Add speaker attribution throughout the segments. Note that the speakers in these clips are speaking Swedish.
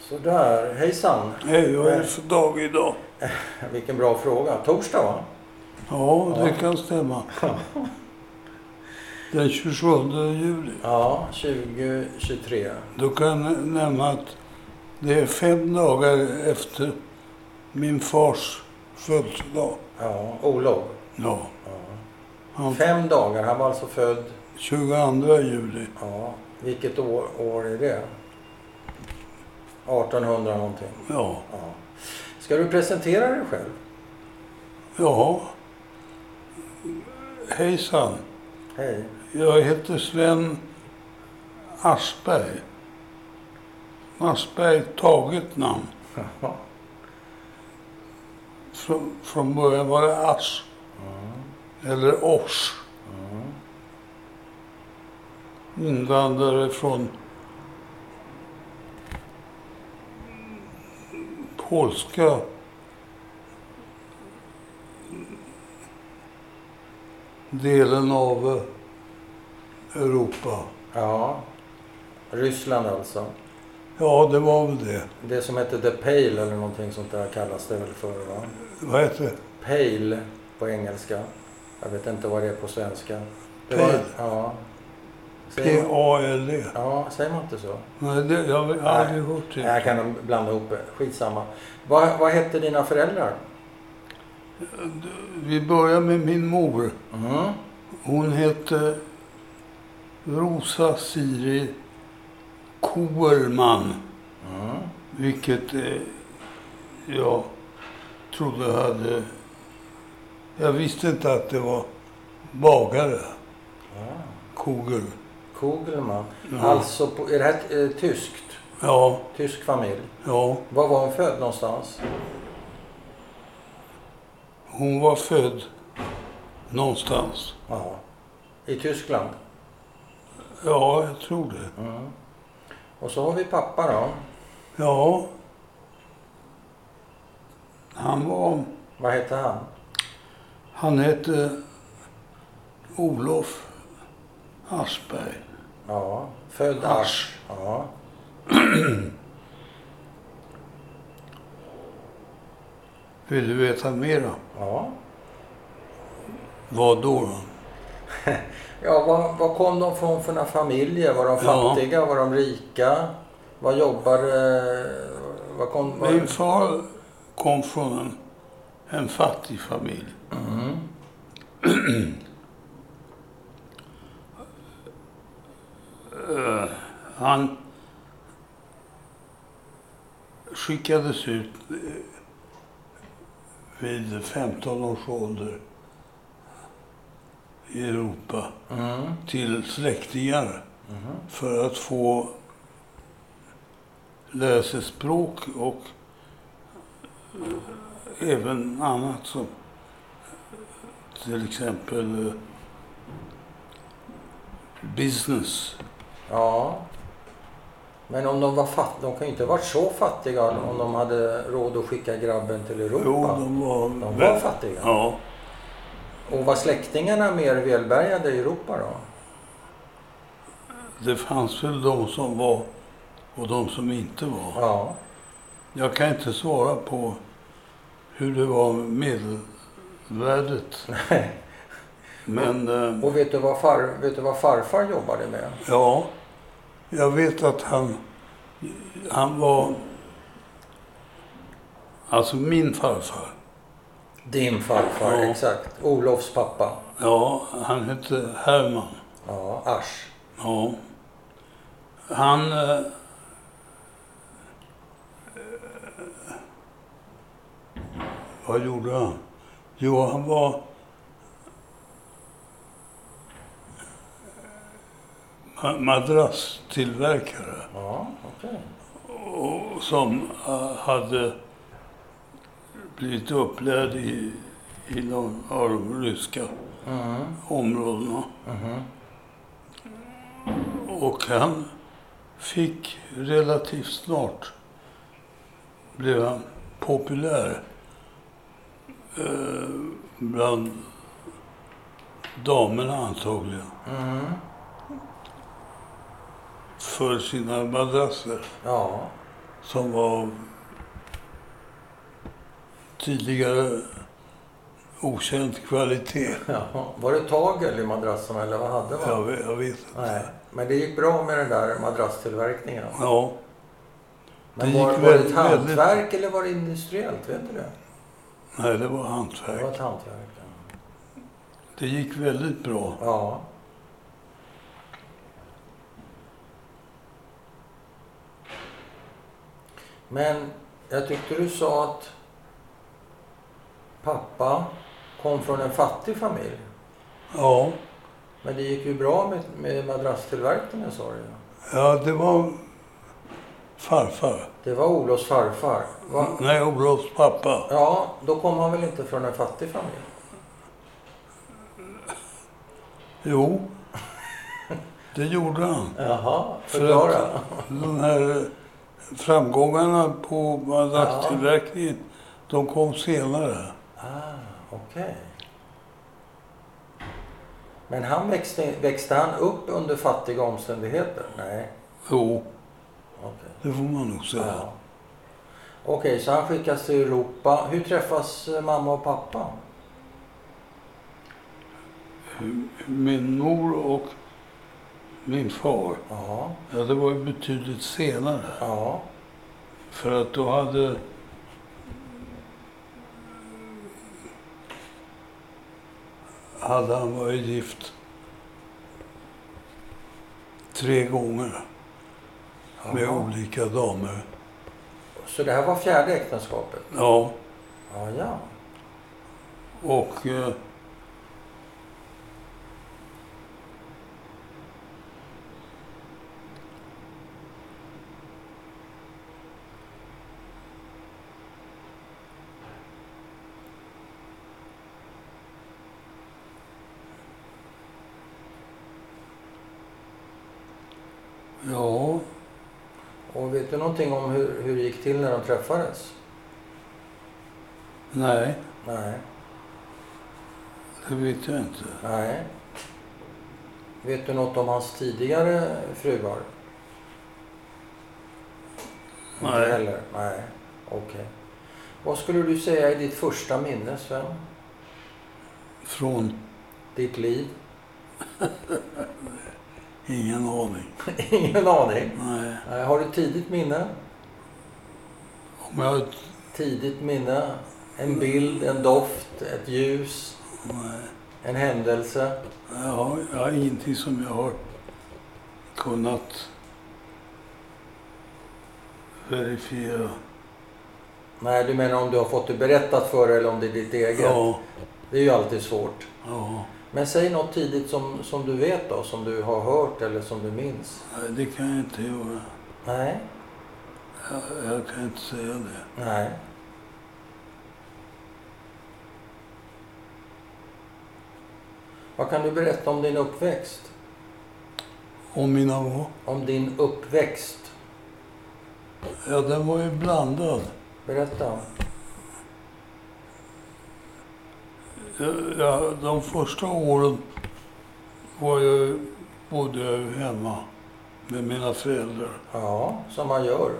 Speaker 1: Sådär, hejsan.
Speaker 2: Hej, vad är det för dag idag?
Speaker 1: Vilken bra fråga. Torsdag va?
Speaker 2: Ja, det
Speaker 1: Ja.
Speaker 2: kan stämma. Den 27 juli.
Speaker 1: Ja, 2023.
Speaker 2: Då kan jag nämna att det är fem dagar efter min fars födelsedag.
Speaker 1: Ja, Olof.
Speaker 2: Ja,
Speaker 1: Ja.
Speaker 2: han
Speaker 1: Fem dagar. Han var alltså född,
Speaker 2: 22 juli.
Speaker 1: ja, vilket år, år är det? 1800 någonting.
Speaker 2: Ja,
Speaker 1: Ja. Ska du presentera dig själv?
Speaker 2: ja. Hejsan.
Speaker 1: Hej.
Speaker 2: Jag heter Sven Aspberg. Aspberg är ett taget namn.
Speaker 1: Ja.
Speaker 2: Från, från början var det Ass. Eller Oss. Invandrare från polska delen av eh, Europa.
Speaker 1: ja. Ryssland alltså.
Speaker 2: Ja, det var väl det.
Speaker 1: Det som heter The Pale eller någonting sånt där kallas det väl för va?
Speaker 2: Vad heter det?
Speaker 1: Pale på engelska. Jag vet inte vad det är på svenska. Det
Speaker 2: Pale.
Speaker 1: ja. Säger man,
Speaker 2: P-A-L-E.
Speaker 1: ja, säger man inte så?
Speaker 2: E. Nej, det, jag har aldrig hört
Speaker 1: Nej, jag
Speaker 2: det.
Speaker 1: kan nog blanda ihop det. Skitsamma. Vad, vad hette dina föräldrar?
Speaker 2: Vi börjar med min mor.
Speaker 1: Mm.
Speaker 2: Hon hette Rosa Siri Koerman,
Speaker 1: Mm.
Speaker 2: vilket eh, jag trodde hade... Jag visste inte att det var bagare,
Speaker 1: Ja.
Speaker 2: Kogel.
Speaker 1: Kugelman.
Speaker 2: Ja.
Speaker 1: Alltså, på, är det här eh, tyskt?
Speaker 2: Ja,
Speaker 1: Tysk familj.
Speaker 2: ja.
Speaker 1: Var var hon född någonstans?
Speaker 2: Hon var född någonstans.
Speaker 1: Ja. I Tyskland?
Speaker 2: Ja, jag tror det.
Speaker 1: Mm. Och så har vi pappa då.
Speaker 2: Ja. Han var...
Speaker 1: Vad hette han?
Speaker 2: Han hette Olof Aschberg.
Speaker 1: Ja. Född
Speaker 2: Asch.
Speaker 1: Asch. Ja.
Speaker 2: Vill du veta mera?
Speaker 1: Ja.
Speaker 2: Vad då? då?
Speaker 1: Ja, vad, vad kom de från för några familjer? Var de
Speaker 2: Ja.
Speaker 1: fattiga? Var de rika? Vad jobbade... Vad kom... Var...
Speaker 2: Min far kom från en, en fattig familj.
Speaker 1: Mm.
Speaker 2: Eh, han skickades ut eh, vid 15 års ålder i Europa
Speaker 1: Mm.
Speaker 2: till släktingar.
Speaker 1: Mhm.
Speaker 2: för att få lära sig språk och eh, även annat som till exempel eh, business.
Speaker 1: Ja. Men om de var fattiga, de kan ju inte ha varit så fattiga om de hade råd att skicka grabben till Europa.
Speaker 2: Jo, de var...
Speaker 1: De var fattiga.
Speaker 2: Ja,
Speaker 1: Och var släktingarna mer välbärgade i Europa då?
Speaker 2: det fanns väl de som var och de som inte var.
Speaker 1: Ja.
Speaker 2: Jag kan inte svara på hur det var med medelvärdet. Men... eh,
Speaker 1: Och vet du, vad far, vet du vad farfar jobbade med?
Speaker 2: Ja, jag vet att han, han var... Alltså min farfar.
Speaker 1: Din farfar,
Speaker 2: Ja.
Speaker 1: exakt. Olofs pappa.
Speaker 2: Ja, han hette Herman.
Speaker 1: Ja, Asch.
Speaker 2: Ja. Han... Eh, eh, vad gjorde han? Jo, han var... ma- Madrasstillverkare.
Speaker 1: Ja, okej.
Speaker 2: och som eh, hade blivit upplärd i, i de, av de ryska
Speaker 1: Mm.
Speaker 2: områdena.
Speaker 1: Mhm.
Speaker 2: Och han fick relativt snart, blev han populär eh, bland damerna antagligen,
Speaker 1: Mm.
Speaker 2: för sina madrasser.
Speaker 1: Ja.
Speaker 2: som var tidigare okänd kvalitet.
Speaker 1: Jaha. Var det tagel i madrassen eller vad hade man?
Speaker 2: Jag, vet- jag vet inte.
Speaker 1: Nej. Men det gick bra med den där madrasstillverkningen?
Speaker 2: Ja,
Speaker 1: Men
Speaker 2: Det
Speaker 1: var,
Speaker 2: gick
Speaker 1: var det ett
Speaker 2: väldigt-
Speaker 1: hantverk eller var det industriellt? Vet du det?
Speaker 2: nej, det var
Speaker 1: Det var
Speaker 2: hantverk.
Speaker 1: ett hantverk. ja.
Speaker 2: Det gick väldigt bra.
Speaker 1: Ja. Men jag tyckte du sa att pappa kom från en fattig familj.
Speaker 2: Ja,
Speaker 1: Men det gick ju bra med, med madrasstillverkningen sa du ju.
Speaker 2: ja det var farfar.
Speaker 1: Det var Olofs farfar. Va?
Speaker 2: Nej, Olofs pappa.
Speaker 1: Ja, då kom han väl inte från en fattig familj?
Speaker 2: Jo, det gjorde han.
Speaker 1: Jaha,
Speaker 2: För
Speaker 1: förklara.
Speaker 2: att de här framgångarna på madrasstillverkningen, de kom senare.
Speaker 1: Ah, okej. Men han växte, växte han upp under fattiga omständigheter? Nej.
Speaker 2: Jo,
Speaker 1: Okej.
Speaker 2: det får man nog säga.
Speaker 1: Ja. Okej, så han skickas till Europa. Hur träffas eh, mamma och pappa?
Speaker 2: Min mor och min far,
Speaker 1: Ja,
Speaker 2: ja, det var ju betydligt senare.
Speaker 1: ja,
Speaker 2: För att då hade... Hade han varit gift tre gånger med
Speaker 1: Jaha.
Speaker 2: olika damer.
Speaker 1: Så det här var fjärde äktenskapet?
Speaker 2: Ja,
Speaker 1: Ja, ja.
Speaker 2: och... Eh, Ja,
Speaker 1: Och vet du någonting om hur, hur det gick till när de träffades?
Speaker 2: nej,
Speaker 1: Nej,
Speaker 2: det vet jag inte.
Speaker 1: nej. Vet du något om hans tidigare fruar? Inte
Speaker 2: Nej.
Speaker 1: heller? Nej. Okej. Vad skulle du säga är ditt första minne, Sven?
Speaker 2: Från
Speaker 1: Ditt liv?
Speaker 2: ingen aning.
Speaker 1: Ingen aning.
Speaker 2: Nej.
Speaker 1: Nej, Har du ett tidigt minne?
Speaker 2: Om jag...
Speaker 1: Tidigt minne? En bild, en doft, ett ljus,
Speaker 2: Nej.
Speaker 1: en händelse?
Speaker 2: Jag har, jag har ingenting som jag har kunnat verifiera.
Speaker 1: Nej, du menar om du har fått det berättat för dig eller om det är ditt eget?
Speaker 2: Ja,
Speaker 1: Det är ju alltid svårt.
Speaker 2: ja,
Speaker 1: Men säg något tidigt som, som du vet då, som du har hört eller som du minns.
Speaker 2: nej, det kan jag inte göra.
Speaker 1: Nej.
Speaker 2: Jag, jag kan inte säga det.
Speaker 1: Nej. Vad kan du berätta om din uppväxt?
Speaker 2: Om mina var,
Speaker 1: Om din uppväxt?
Speaker 2: ja den var ju blandad.
Speaker 1: Berätta.
Speaker 2: Jag, jag, de första åren var jag, bodde jag ju hemma med mina föräldrar.
Speaker 1: Ja, som man gör.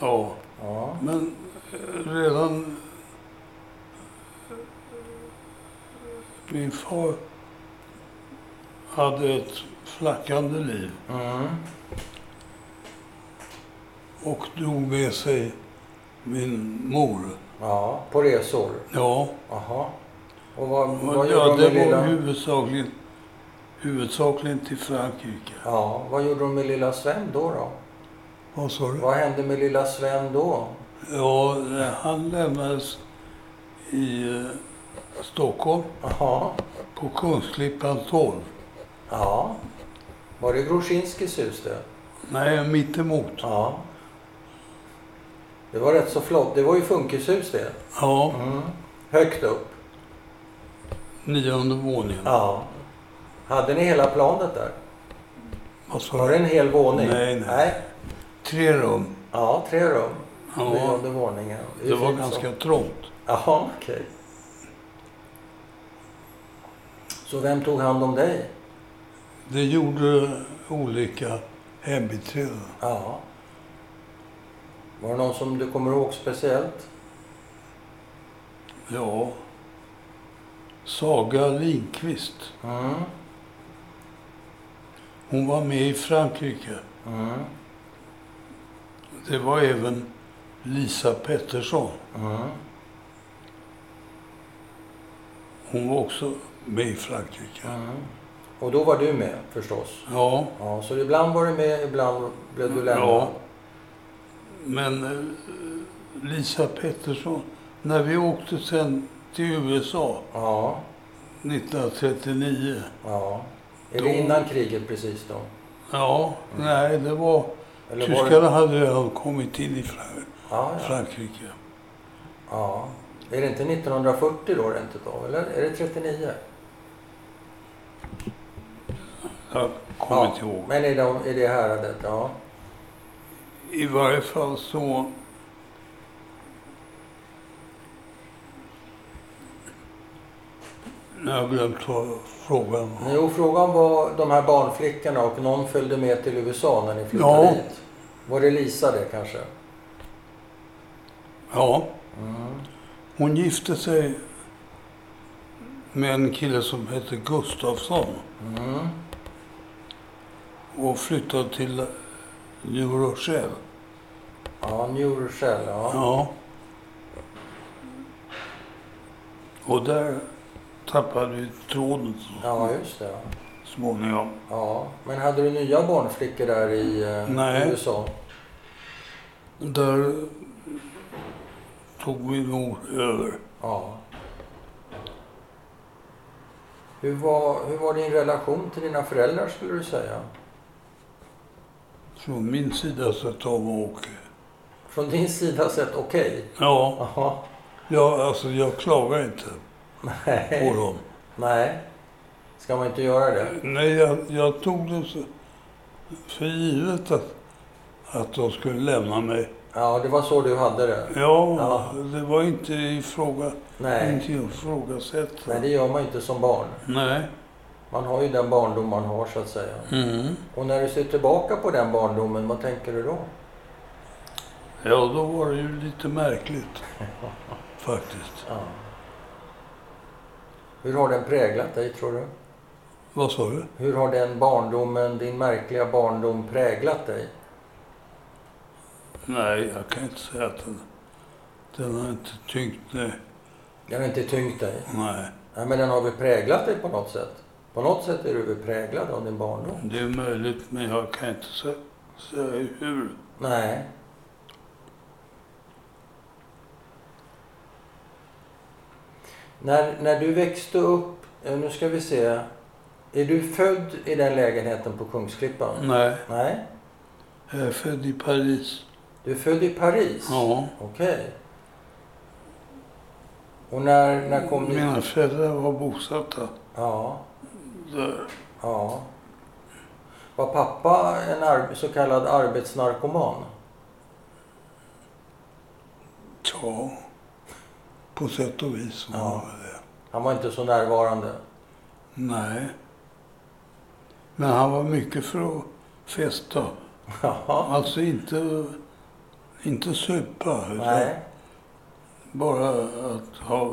Speaker 2: Ja,
Speaker 1: Ja.
Speaker 2: men eh, redan min far hade ett flackande liv
Speaker 1: Mm.
Speaker 2: och drog med sig min mor.
Speaker 1: Ja, på resor.
Speaker 2: Ja,
Speaker 1: Jaha. Och vad, vad gjorde
Speaker 2: Mm, ja
Speaker 1: de med
Speaker 2: det var
Speaker 1: lilla...
Speaker 2: huvudsakligen, huvudsakligen till Frankrike.
Speaker 1: Ja, vad gjorde de med lilla Sven då? då?
Speaker 2: Vad sa du?
Speaker 1: Vad hände med lilla Sven då?
Speaker 2: Ja, eh, han lämnades i eh, Stockholm
Speaker 1: Jaha.
Speaker 2: på Kungsklippan 12.
Speaker 1: Ja. Var det Groszinskis hus det?
Speaker 2: Nej, mittemot.
Speaker 1: Ja. Det var rätt så flott. Det var ju funkishus det.
Speaker 2: Ja.
Speaker 1: Högt upp.
Speaker 2: Nionde våningen.
Speaker 1: Ja. Hade ni hela planet där?
Speaker 2: Vad sa
Speaker 1: Var det
Speaker 2: du?
Speaker 1: en hel våning?
Speaker 2: Nej, nej. Tre rum.
Speaker 1: Ja, tre rum.
Speaker 2: Ja,
Speaker 1: Nionde våningen.
Speaker 2: det var
Speaker 1: fint så.
Speaker 2: ganska trångt.
Speaker 1: Jaha, okej. Så vem tog hand om dig?
Speaker 2: Det gjorde olika hembiträden.
Speaker 1: Ja. Var det någon som du kommer ihåg speciellt?
Speaker 2: Ja. Saga Lindqvist.
Speaker 1: Mm.
Speaker 2: Hon var med i Frankrike.
Speaker 1: Mm.
Speaker 2: Det var även Lisa Pettersson.
Speaker 1: Mm.
Speaker 2: Hon var också med i Frankrike.
Speaker 1: Mm. Och då var du med förstås?
Speaker 2: Ja,
Speaker 1: Ja, så ibland var du med, ibland blev du lämnad?
Speaker 2: Ja. men eh, Lisa Pettersson, när vi åkte sen till USA
Speaker 1: Ja.
Speaker 2: 1939.
Speaker 1: ja. Är
Speaker 2: Då-
Speaker 1: det innan kriget precis då?
Speaker 2: Ja, nej, det var...
Speaker 1: Mm. Eller var det...
Speaker 2: Tyskarna hade redan kommit in i Fra-
Speaker 1: Ja, ja.
Speaker 2: Frankrike.
Speaker 1: ja. Är det inte 1940 då rent utav? Eller är det 39?
Speaker 2: Jag kommer
Speaker 1: Ja.
Speaker 2: inte ihåg.
Speaker 1: Men i, de, i det häradet, ja.
Speaker 2: I varje fall så... Nu har jag glömt vad frågan var.
Speaker 1: Jo, frågan var de här barnflickorna och någon följde med till USA när ni flyttade
Speaker 2: Ja.
Speaker 1: hit. Var det Lisa det kanske?
Speaker 2: Ja,
Speaker 1: Mm.
Speaker 2: hon gifte sig med en kille som hette Gustafsson
Speaker 1: Mm.
Speaker 2: och flyttade till New Rochelle.
Speaker 1: Ja, New Rochelle, ja.
Speaker 2: Ja. Och där tappade vi tråden så
Speaker 1: Ja, just det. ja.
Speaker 2: småningom.
Speaker 1: Ja. Men hade du nya barnflickor där i eh,
Speaker 2: Nej.
Speaker 1: USA?
Speaker 2: Där tog vi nog över.
Speaker 1: Ja. Hur var, hur var din relation till dina föräldrar skulle du säga?
Speaker 2: Från min sida så tar man Åke.
Speaker 1: Från din sida sett okej?
Speaker 2: Ja,
Speaker 1: Jaha.
Speaker 2: jag, alltså jag klagar inte på
Speaker 1: Nej.
Speaker 2: dem.
Speaker 1: Nej. Ska man inte göra det?
Speaker 2: Nej, jag, jag tog det så- för givet att, att de skulle lämna mig.
Speaker 1: Ja, det var så du hade det.
Speaker 2: Ja,
Speaker 1: Ja.
Speaker 2: det var inte i fråga,
Speaker 1: Nej.
Speaker 2: inte ifrågasätt.
Speaker 1: Nej, det gör man inte som barn.
Speaker 2: Nej.
Speaker 1: Man har ju den barndom man har så att säga.
Speaker 2: Mm.
Speaker 1: Och när du ser tillbaka på den barndomen, vad tänker du då?
Speaker 2: Ja, då var det ju lite märkligt faktiskt.
Speaker 1: Ja. Hur har den präglat dig tror du?
Speaker 2: Vad sa du?
Speaker 1: Hur har den barndomen, din märkliga barndom präglat dig?
Speaker 2: Nej, jag kan inte säga att den, den har inte tyngt mig.
Speaker 1: Den har inte tyngt dig?
Speaker 2: Nej,
Speaker 1: Nej, men den har väl präglat dig på något sätt? På något sätt är du väl präglad av din barndom?
Speaker 2: det är möjligt, men jag kan inte sä- säga hur.
Speaker 1: Nej. När, när du växte upp, eh, nu ska vi se. Är du född i den lägenheten på Kungsklippan?
Speaker 2: Nej,
Speaker 1: Nej.
Speaker 2: jag är född i Paris.
Speaker 1: Du är född i Paris?
Speaker 2: Ja.
Speaker 1: Okej. Och när, när kom du...
Speaker 2: Mina föräldrar var bosatta
Speaker 1: Ja,
Speaker 2: där.
Speaker 1: ja. Var pappa en ar- så kallad arbetsnarkoman?
Speaker 2: Ja, på sätt och vis var
Speaker 1: Ja.
Speaker 2: han det.
Speaker 1: Han var inte så närvarande.
Speaker 2: Nej. Men han var mycket för att festa.
Speaker 1: Ja.
Speaker 2: Alltså inte, inte supa, utan
Speaker 1: Nej.
Speaker 2: bara att ha...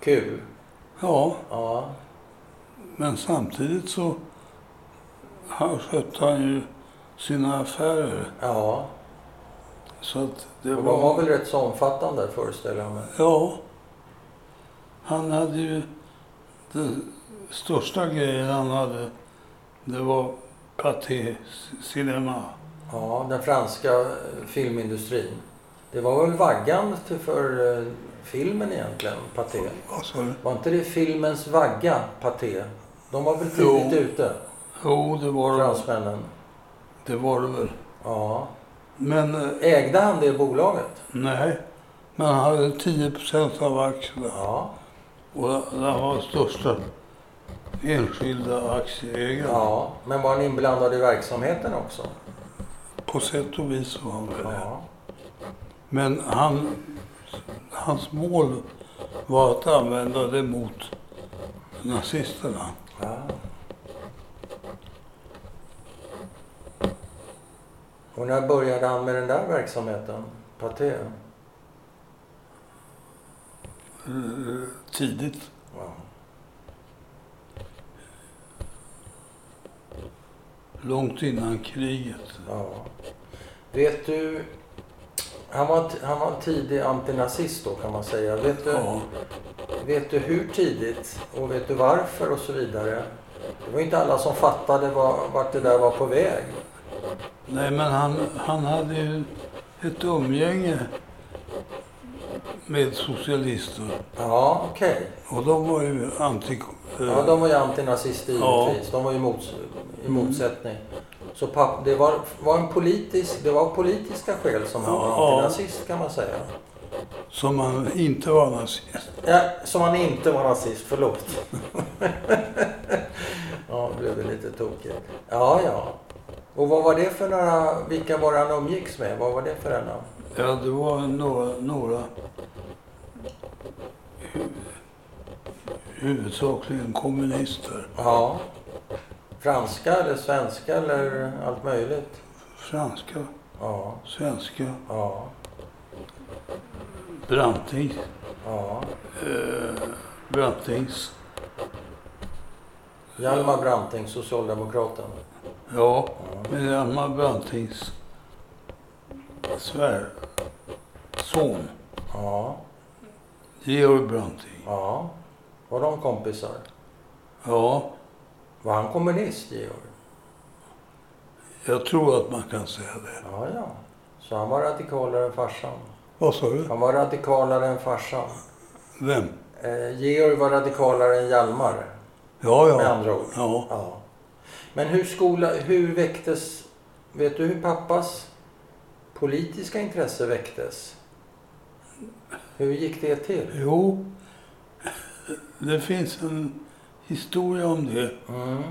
Speaker 1: Kul.
Speaker 2: Ja,
Speaker 1: Ja.
Speaker 2: men samtidigt så han skötte han ju sina affärer.
Speaker 1: Ja.
Speaker 2: Så att det
Speaker 1: Och de var
Speaker 2: var...
Speaker 1: väl rätt så omfattande föreställer jag mig.
Speaker 2: Ja. Han hade ju... Den största grejen han hade, det var Pathé Cinema.
Speaker 1: Ja, den franska eh, filmindustrin. Det var väl vaggan till för eh, filmen egentligen, Paté?
Speaker 2: Vad sa du?
Speaker 1: Var inte det filmens vagga, Paté? De var väl
Speaker 2: Jo.
Speaker 1: tidigt ute,
Speaker 2: Jo, det var det.
Speaker 1: fransmännen?
Speaker 2: Det var det väl.
Speaker 1: Ja.
Speaker 2: Men... eh,
Speaker 1: Ägde han det bolaget?
Speaker 2: Nej, men han hade 10 av aktierna.
Speaker 1: Ja.
Speaker 2: Och han var största enskilda aktieägaren.
Speaker 1: ja. Men var han inblandad i verksamheten också?
Speaker 2: På sätt och vis var han väl det.
Speaker 1: Ja.
Speaker 2: Men han, hans mål var att använda det mot nazisterna.
Speaker 1: ja. Och när började han med den där verksamheten? Paté?
Speaker 2: eh, tidigt.
Speaker 1: Ja.
Speaker 2: Långt innan kriget.
Speaker 1: ja. Vet du, han var, han var en tidig antinazist då kan man säga. Vet du,
Speaker 2: Ja,
Speaker 1: Vet du hur tidigt och vet du varför och så vidare? Det var inte alla som fattade var, vart det där var på väg.
Speaker 2: nej men han, han hade ju ett umgänge med socialister.
Speaker 1: Ja, okej.
Speaker 2: Och de var ju anti... eh,
Speaker 1: Ja, de var ju antinazister
Speaker 2: Ja. Mm.
Speaker 1: givetvis. De var ju mots, i motsättning. Så papp, det var, var en politisk, det var politiska skäl som han
Speaker 2: Ja.
Speaker 1: var antinazist kan man säga.
Speaker 2: Som han inte var nazist.
Speaker 1: Ja, som han inte var nazist, förlåt. ja, det blev det lite tokigt. Ja, ja. Och vad var det för några, vilka var det han umgicks med? Vad var det för en? av-
Speaker 2: Ja, det var några... några hu- huvudsakligen kommunister.
Speaker 1: Ja. Franska eller svenska eller allt möjligt.
Speaker 2: Franska,
Speaker 1: Ja,
Speaker 2: svenska,
Speaker 1: ja,
Speaker 2: Branting.
Speaker 1: ja.
Speaker 2: Eh, Brantings.
Speaker 1: Hjalmar Branting, socialdemokraten. Ja.
Speaker 2: Ja, med Hjalmar Brantings svärson
Speaker 1: ja,
Speaker 2: Georg Branting.
Speaker 1: ja. Var de kompisar?
Speaker 2: Ja,
Speaker 1: Var han kommunist, Georg?
Speaker 2: jag tror att man kan säga det.
Speaker 1: Ja, ja. Så han var radikalare än farsan.
Speaker 2: Vad sa du?
Speaker 1: Han var radikalare än farsan.
Speaker 2: Vem?
Speaker 1: Eh, Georg var radikalare än Hjalmar,
Speaker 2: Ja, ja.
Speaker 1: med andra ord.
Speaker 2: Ja,
Speaker 1: Ja. Men hur, skola, hur väcktes... Vet du hur pappas politiska intresse väcktes? Hur gick det till?
Speaker 2: jo. Det finns en historia om det.
Speaker 1: Mm.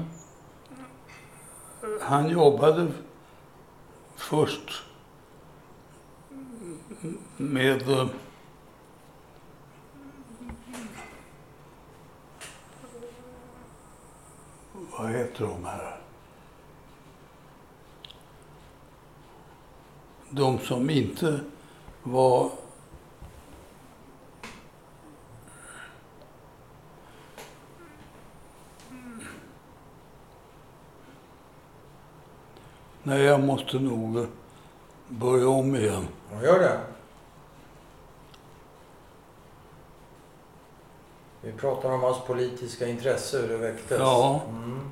Speaker 2: Han jobbade först med eh, vad heter de här? De som inte var Nej, jag måste nog börja om igen.
Speaker 1: Vad gör det? Vi pratar om hans politiska intresse, hur det väcktes.
Speaker 2: Ja.
Speaker 1: Mm.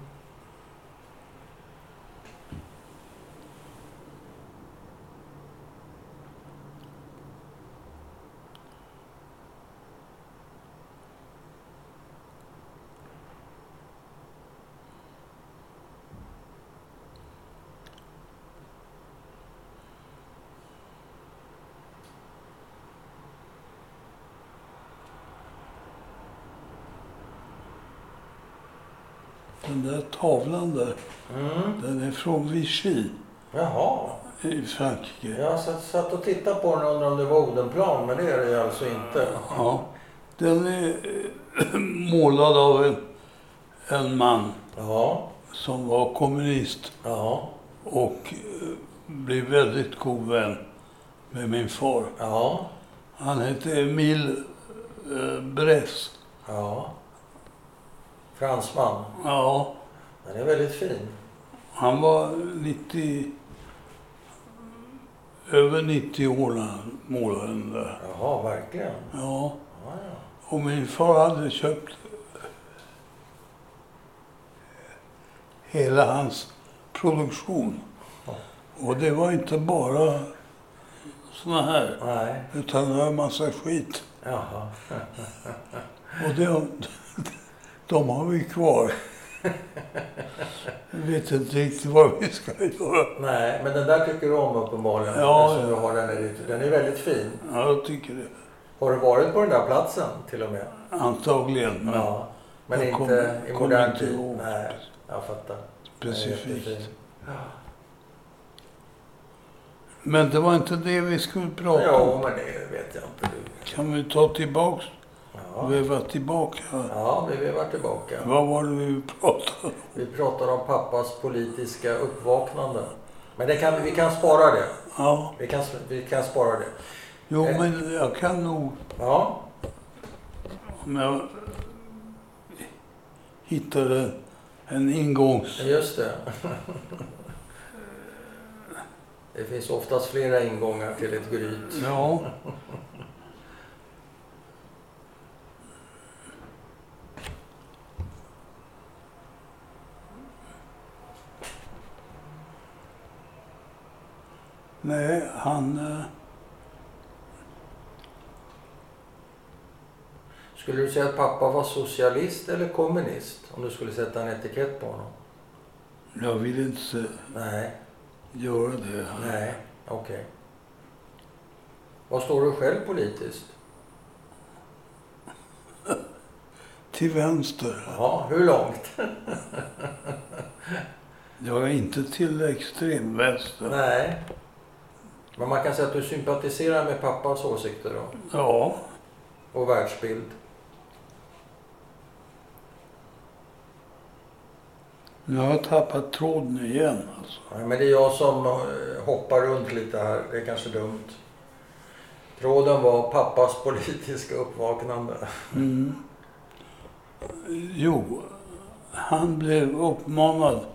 Speaker 2: Den där tavlan där,
Speaker 1: Mm.
Speaker 2: den är från Vichy
Speaker 1: Jaha.
Speaker 2: i Frankrike.
Speaker 1: Jag satt, satt och tittade på den och undrade om det var Odenplan, men det är det ju alltså inte.
Speaker 2: Ja, den är eh, målad av en, en man
Speaker 1: Ja.
Speaker 2: som var kommunist
Speaker 1: Ja.
Speaker 2: och eh, blev väldigt god vän med min far.
Speaker 1: Ja.
Speaker 2: Han hette Emil eh, Bress.
Speaker 1: Ja. Fransman.
Speaker 2: Ja,
Speaker 1: Den är väldigt fin.
Speaker 2: han var 90... Över 90 år när han målade den där.
Speaker 1: Jaha, verkligen.
Speaker 2: Ja.
Speaker 1: Ja, ja.
Speaker 2: Och min far hade köpt hela hans produktion. Och det var inte bara såna här,
Speaker 1: Nej.
Speaker 2: utan det var en massa skit.
Speaker 1: Jaha.
Speaker 2: Och det, de har vi kvar. Jag vet inte riktigt vad vi ska göra.
Speaker 1: Nej, men den där tycker du om uppenbarligen.
Speaker 2: Ja,
Speaker 1: eftersom
Speaker 2: ja.
Speaker 1: Du har den, i ditt- den är väldigt fin.
Speaker 2: Ja, jag tycker det.
Speaker 1: Har du varit på den där platsen till och med?
Speaker 2: Antagligen, men
Speaker 1: Ja. Men
Speaker 2: Jag
Speaker 1: inte
Speaker 2: kommer-
Speaker 1: i
Speaker 2: kommer
Speaker 1: modern
Speaker 2: inte
Speaker 1: tid?
Speaker 2: ihåg.
Speaker 1: Nej, jag fattar. Den är
Speaker 2: specifikt.
Speaker 1: jättefin. Ja.
Speaker 2: Men det var inte det vi skulle prata om.
Speaker 1: Jo, men det vet jag inte. du.
Speaker 2: Kan vi ta tillbaks,
Speaker 1: Ja,
Speaker 2: veva tillbaka?
Speaker 1: ja vi vevar tillbaka.
Speaker 2: Vad var det vi pratade om?
Speaker 1: Vi pratar om pappas politiska uppvaknande. Men det kan, vi kan spara det.
Speaker 2: Ja.
Speaker 1: Vi kan, vi kan spara det.
Speaker 2: Jo,
Speaker 1: Eh.
Speaker 2: men jag kan nog,
Speaker 1: Ja,
Speaker 2: om jag hittade en ingångs...
Speaker 1: just det. Det finns oftast flera ingångar till ett gryt.
Speaker 2: Ja. Nej, han... eh,
Speaker 1: Skulle du säga att pappa var socialist eller kommunist? Om du skulle sätta en etikett på honom?
Speaker 2: Jag vill inte se-
Speaker 1: Nej,
Speaker 2: göra det.
Speaker 1: nej, okej. Vad står du själv politiskt?
Speaker 2: Till vänster.
Speaker 1: Ja, hur långt?
Speaker 2: Jag är inte till extremvänster.
Speaker 1: Nej. Men man kan säga att du sympatiserar med pappas åsikter då?
Speaker 2: Ja,
Speaker 1: Och världsbild?
Speaker 2: nu har jag tappat tråden igen. Alltså.
Speaker 1: Nej, men det är jag som eh, hoppar runt lite här. Det är kanske dumt. Tråden var pappas politiska uppvaknande.
Speaker 2: Mm. Jo, han blev uppmanad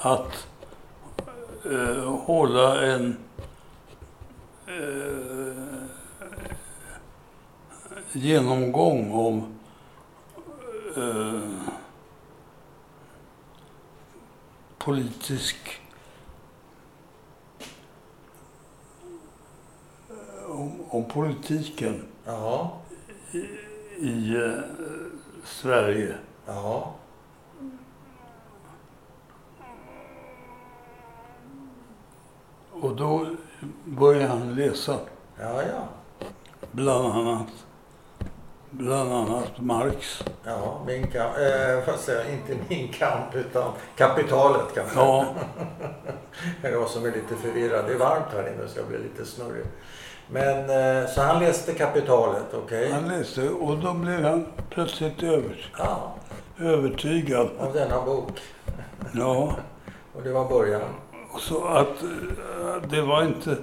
Speaker 2: att eh, hålla en eh, genomgång om eh, politisk eh, om, om politiken
Speaker 1: Jaha,
Speaker 2: i eh, Sverige.
Speaker 1: jaha.
Speaker 2: Och då började han läsa
Speaker 1: Ja, ja.
Speaker 2: bland annat, bland annat Marx.
Speaker 1: Ja, min kamp. Eh, vad säger jag? Inte min kamp utan kapitalet kanske.
Speaker 2: Ja,
Speaker 1: Det är jag som är lite förvirrad. Det är varmt här inne så jag blir lite snurrig. Men eh, så han läste kapitalet, okej?
Speaker 2: han läste och då blev han plötsligt över,
Speaker 1: Ja,
Speaker 2: övertygad.
Speaker 1: av denna bok.
Speaker 2: Ja,
Speaker 1: Och det var början.
Speaker 2: så att eh, det var inte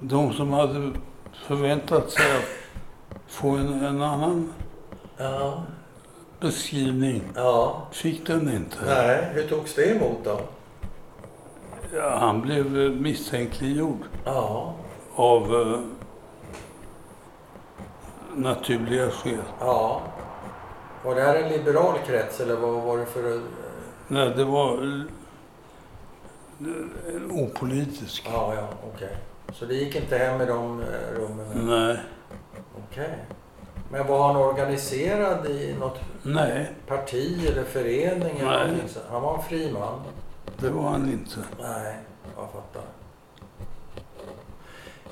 Speaker 2: de som hade förväntat sig att få en, en annan
Speaker 1: Ja.
Speaker 2: beskrivning.
Speaker 1: Ja.
Speaker 2: Fick den inte.
Speaker 1: Nej, hur togs det emot då?
Speaker 2: Ja, han blev eh, misstänkliggjord.
Speaker 1: Ja.
Speaker 2: av eh, naturliga skäl.
Speaker 1: Ja. Var det här en liberal krets eller vad var det för... eh,
Speaker 2: Nej, det var eh, opolitisk.
Speaker 1: Ja, ja, okej. Så det gick inte hem i de eh, rummen?
Speaker 2: Nej,
Speaker 1: Okej. Men var han organiserad i något
Speaker 2: nej,
Speaker 1: parti eller förening? Eller
Speaker 2: Nej.
Speaker 1: någonting så? Han var en fri man?
Speaker 2: det var han inte.
Speaker 1: Nej, jag fattar.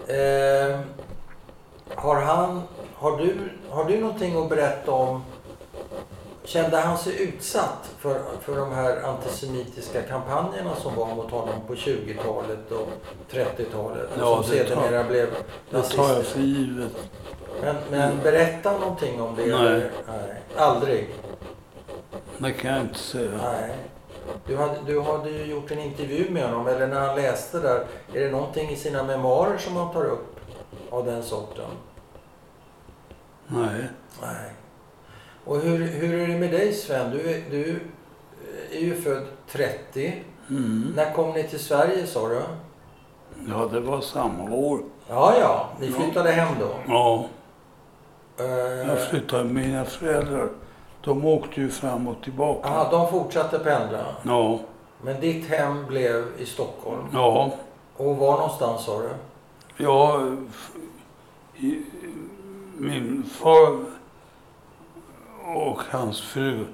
Speaker 1: Eh, har han... Har du, har du någonting att berätta om... Kände han sig utsatt för, för de här antisemitiska kampanjerna som var mot honom på 20-talet och 30-talet?
Speaker 2: Ja,
Speaker 1: som
Speaker 2: det tar-
Speaker 1: sedermera blev
Speaker 2: Det tar jag för givet.
Speaker 1: Men, men berätta någonting om det.
Speaker 2: Nej.
Speaker 1: eller? Nej. Aldrig?
Speaker 2: Det kan jag inte säga.
Speaker 1: Nej. Du hade, du hade ju gjort en intervju med honom, eller när han läste där. Är det någonting i sina memoarer som han tar upp av den sorten?
Speaker 2: Nej.
Speaker 1: Nej. Och hur, hur är det med dig Sven? Du, är- du är ju född 30.
Speaker 2: Mm.
Speaker 1: När kom ni till Sverige sa du?
Speaker 2: Ja, det var samma år.
Speaker 1: Ja, ja. Ni flyttade hem då?
Speaker 2: Ja,
Speaker 1: Eh,
Speaker 2: jag flyttade med mina föräldrar. De åkte ju fram och
Speaker 1: aha,
Speaker 2: tillbaka.
Speaker 1: de fortsatte pendla.
Speaker 2: Ja,
Speaker 1: Men ditt hem blev i Stockholm.
Speaker 2: ja.
Speaker 1: Och var någonstans sa du?
Speaker 2: Ja, f- i- min far och hans fru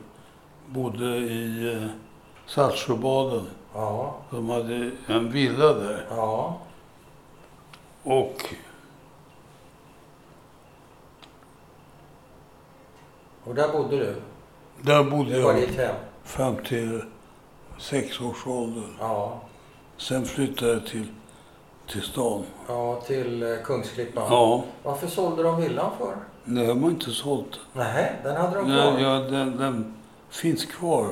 Speaker 2: bodde i eh, Saltsjöbaden.
Speaker 1: Ja,
Speaker 2: De hade en villa där.
Speaker 1: ja,
Speaker 2: Och
Speaker 1: och där bodde du.
Speaker 2: där bodde
Speaker 1: Det var
Speaker 2: jag
Speaker 1: ditt hem.
Speaker 2: fram till sex års ålder.
Speaker 1: Ja,
Speaker 2: Sen flyttade jag till, till stan.
Speaker 1: ja till eh, Kungsklippan.
Speaker 2: Ja,
Speaker 1: Varför sålde de villan för?
Speaker 2: det har man inte sålt.
Speaker 1: Nej, den hade de kvar.
Speaker 2: Nej, ja, den, den finns kvar.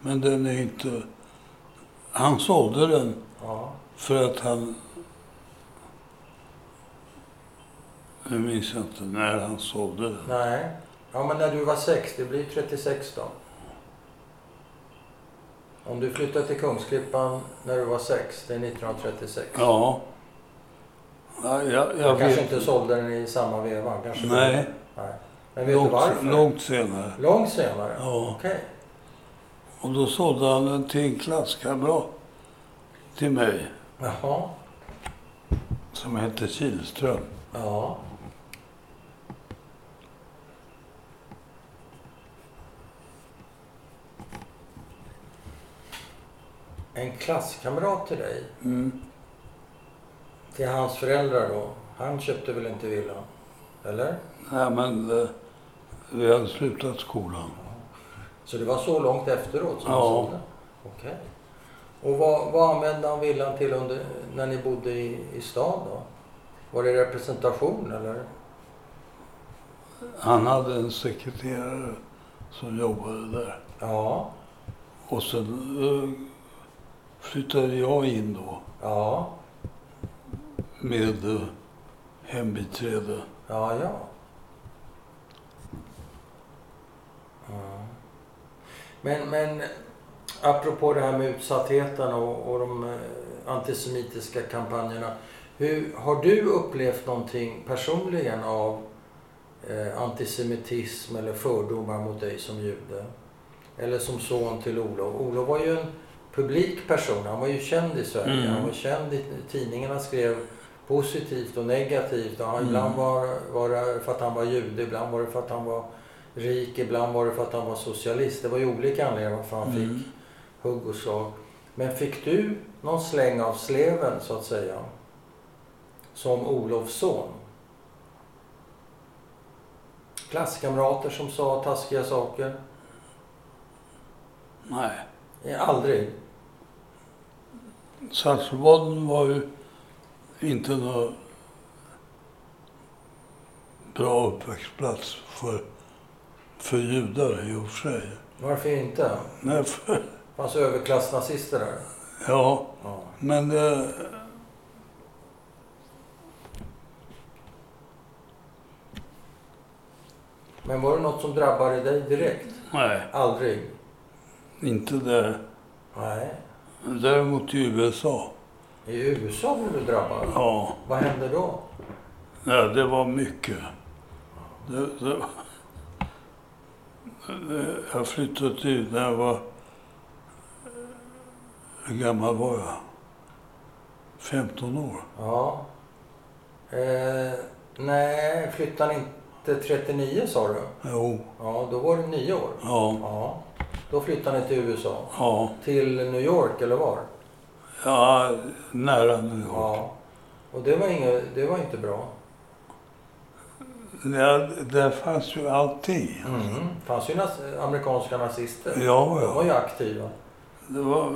Speaker 2: Men den är inte... Han sålde den
Speaker 1: Ja.
Speaker 2: För att han... Nu minns jag inte när han sålde den.
Speaker 1: Nej. Ja, men när du var sex, det blir 36 då. Om du flyttade till Kungsklippan när du var sex, det är 1936.
Speaker 2: Ja. ja jag jag
Speaker 1: Jag kanske
Speaker 2: vet
Speaker 1: inte sålde den i samma veva. Kanske
Speaker 2: Nej,
Speaker 1: Nej. Men vet du
Speaker 2: långt,
Speaker 1: varför?
Speaker 2: långt senare.
Speaker 1: Långt senare?
Speaker 2: Ja.
Speaker 1: Okej.
Speaker 2: Och då sålde han den till en klasskamrat till mig
Speaker 1: Jaha.
Speaker 2: som hette Kihlström.
Speaker 1: Ja. En klasskamrat till dig,
Speaker 2: Mm.
Speaker 1: till hans föräldrar då, han köpte väl inte villan? Eller?
Speaker 2: Nej, men eh, vi hade slutat skolan.
Speaker 1: Så det var så långt efteråt som
Speaker 2: Ja.
Speaker 1: han sålde? Okej. Och vad, vad använde han villan till under, när ni bodde i, i stan då? Var det representation eller?
Speaker 2: Han hade en sekreterare som jobbade där.
Speaker 1: Ja,
Speaker 2: Och sen eh, flyttade jag in då
Speaker 1: ja,
Speaker 2: med eh, hembiträde.
Speaker 1: ja, ja. Ja. Men, men apropå det här med utsattheten och, och de eh, antisemitiska kampanjerna. Hur, har du upplevt någonting personligen av eh, antisemitism eller fördomar mot dig som jude? Eller som son till Olof? Olof var ju en publik person. Han var ju känd i Sverige.
Speaker 2: Mm.
Speaker 1: Han var känd i tidningarna skrev positivt och negativt. Och han,
Speaker 2: Mm.
Speaker 1: Ibland var, var det för att han var jude, ibland var det för att han var rik, ibland var det för att han var socialist. Det var ju olika anledningar varför han
Speaker 2: Mm.
Speaker 1: fick hugg och slag. Men fick du någon släng av sleven så att säga? Som Olofs son? Klasskamrater som sa taskiga saker?
Speaker 2: Nej.
Speaker 1: Eh, Aldrig.
Speaker 2: Saltsjöbaden var ju inte någon bra uppväxtplats för, för judar i och för sig.
Speaker 1: Varför inte?
Speaker 2: Nej, för,
Speaker 1: Fanns överklassnazister där?
Speaker 2: ja,
Speaker 1: Ja.
Speaker 2: men... Eh,
Speaker 1: Men var det något som drabbade dig direkt?
Speaker 2: nej,
Speaker 1: Aldrig?
Speaker 2: inte där.
Speaker 1: Nej.
Speaker 2: Däremot i USA.
Speaker 1: I USA blev du drabbad?
Speaker 2: Ja,
Speaker 1: Vad hände då?
Speaker 2: nej, det var mycket. Det, det, det, jag flyttade till när jag var... Hur gammal var jag? 15 år.
Speaker 1: Ja. Eh, nej, flyttade ni inte 39 sa du?
Speaker 2: Jo,
Speaker 1: Ja, då var du nio år.
Speaker 2: ja,
Speaker 1: Ja. Då flyttade ni till USA.
Speaker 2: ja,
Speaker 1: Till New York eller var?
Speaker 2: ja, nära New York.
Speaker 1: Ja. Och det var, inget, det var inte bra.
Speaker 2: Där, där fanns ju allting.
Speaker 1: Mm. fanns ju naz- amerikanska nazister.
Speaker 2: Ja,
Speaker 1: De var
Speaker 2: ja,
Speaker 1: ju aktiva.
Speaker 2: det var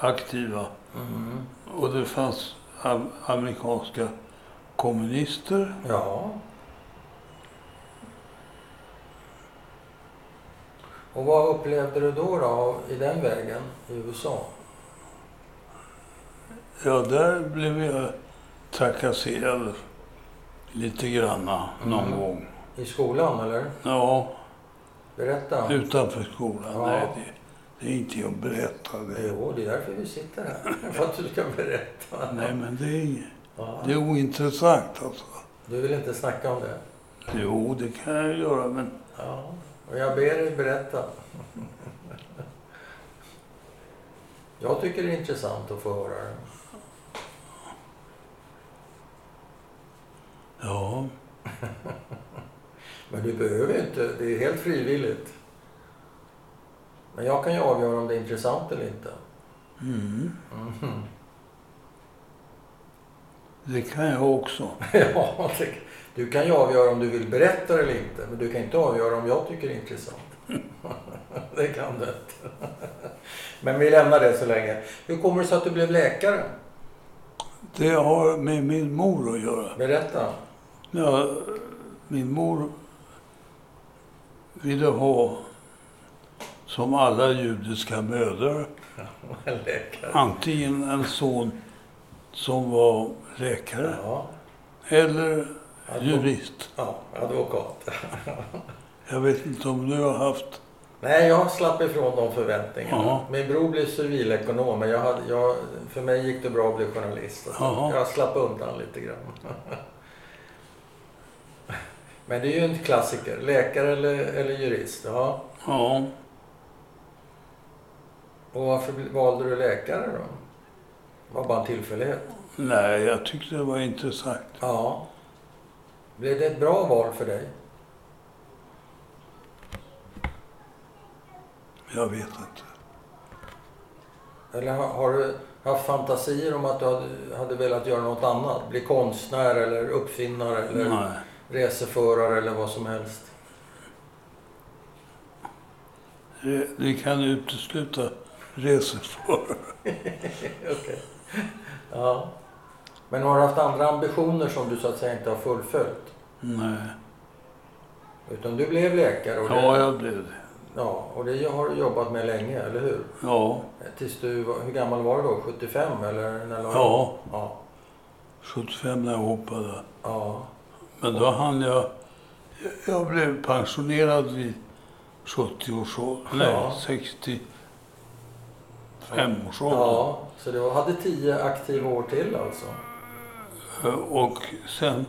Speaker 2: aktiva.
Speaker 1: Mm.
Speaker 2: Och det fanns am- amerikanska kommunister.
Speaker 1: Ja. Och vad upplevde du då, då i den vägen i USA?
Speaker 2: Ja, där blev jag trakasserad lite granna någon
Speaker 1: Mm.
Speaker 2: gång.
Speaker 1: I skolan eller?
Speaker 2: Ja,
Speaker 1: Berätta.
Speaker 2: utanför skolan.
Speaker 1: Ja.
Speaker 2: Nej, det, det är inte att berätta. Det.
Speaker 1: Jo, det är därför vi sitter här. För att du ska berätta.
Speaker 2: Nej, men det är, inget-
Speaker 1: Ja.
Speaker 2: det är ointressant alltså.
Speaker 1: Du vill inte snacka om det?
Speaker 2: Jo, det kan jag göra, men
Speaker 1: Ja. Och jag ber dig berätta. Jag tycker det är intressant att få höra det.
Speaker 2: ja.
Speaker 1: Men du behöver ju inte. Det är helt frivilligt. Men jag kan ju avgöra om det är intressant eller inte.
Speaker 2: Mm.
Speaker 1: Mhm.
Speaker 2: Det kan jag också.
Speaker 1: Ja, det- du kan ju avgöra om du vill berätta det eller inte. Men du kan inte avgöra om jag tycker det är intressant. Det kan du inte. Men vi lämnar det så länge. Hur kommer det sig att du blev läkare?
Speaker 2: Det har med min mor att göra.
Speaker 1: Berätta.
Speaker 2: Ja, min mor ville ha, som alla judiska mödrar,
Speaker 1: en läkare.
Speaker 2: Antingen en son som var läkare
Speaker 1: Ja,
Speaker 2: eller
Speaker 1: advo-
Speaker 2: jurist.
Speaker 1: ja, advokat.
Speaker 2: Jag vet inte om du har haft...
Speaker 1: Nej, jag slapp ifrån de förväntningarna.
Speaker 2: Ja.
Speaker 1: Min bror blev civilekonom, men jag hade, jag, för mig gick det bra att bli journalist. Alltså.
Speaker 2: Jaha.
Speaker 1: Jag slapp undan lite grann. men det är ju en klassiker. Läkare eller, eller jurist. Ja.
Speaker 2: Ja,
Speaker 1: Och varför bl- valde du läkare då? Det var bara en tillfällighet.
Speaker 2: nej, jag tyckte det var intressant.
Speaker 1: Ja. Blev det ett bra val för dig?
Speaker 2: Jag vet inte.
Speaker 1: Eller har, har du haft fantasier om att du hade, hade velat göra något annat? Bli konstnär eller uppfinnare eller
Speaker 2: Nej.
Speaker 1: reseförare eller vad som helst?
Speaker 2: Re- Det kan utesluta reseförare.
Speaker 1: Okej. Ja. Men har du haft andra ambitioner som du så att säga inte har fullföljt?
Speaker 2: Nej.
Speaker 1: Utan du blev läkare och det,
Speaker 2: Ja, jag blev det.
Speaker 1: ja, och det har du jobbat med länge, eller hur?
Speaker 2: Ja,
Speaker 1: Tills du, var- hur gammal var du då? 75 eller? När la du-
Speaker 2: ja.
Speaker 1: ja.
Speaker 2: 75 när jag hoppade.
Speaker 1: Ja.
Speaker 2: Men då hann jag... Jag blev pensionerad vid 70 års ålder.
Speaker 1: Ja.
Speaker 2: Nej, 65 års ålder.
Speaker 1: ja. Så du hade 10 aktiva år till alltså?
Speaker 2: Eh, Och sen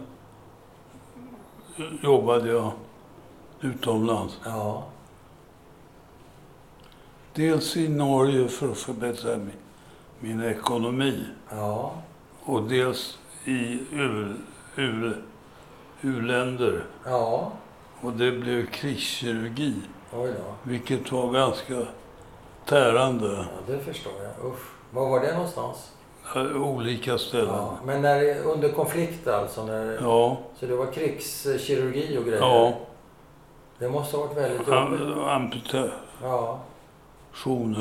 Speaker 2: jobbade jag utomlands.
Speaker 1: Ja.
Speaker 2: Dels i Norge för att förbättra min, min ekonomi.
Speaker 1: Ja.
Speaker 2: och dels i u, u, u-länder.
Speaker 1: Ja.
Speaker 2: Och det blev krigskirurgi,
Speaker 1: Oj då.
Speaker 2: vilket var ganska tärande.
Speaker 1: Ja, det förstår jag. Usch. Var var det någonstans?
Speaker 2: Ö, Olika ställen.
Speaker 1: Ja. Men när, det- under konflikt alltså? När,
Speaker 2: Ja,
Speaker 1: Så det var krigskirurgi och grejer?
Speaker 2: ja.
Speaker 1: Det måste ha varit väldigt jobbigt.
Speaker 2: am- Amputationer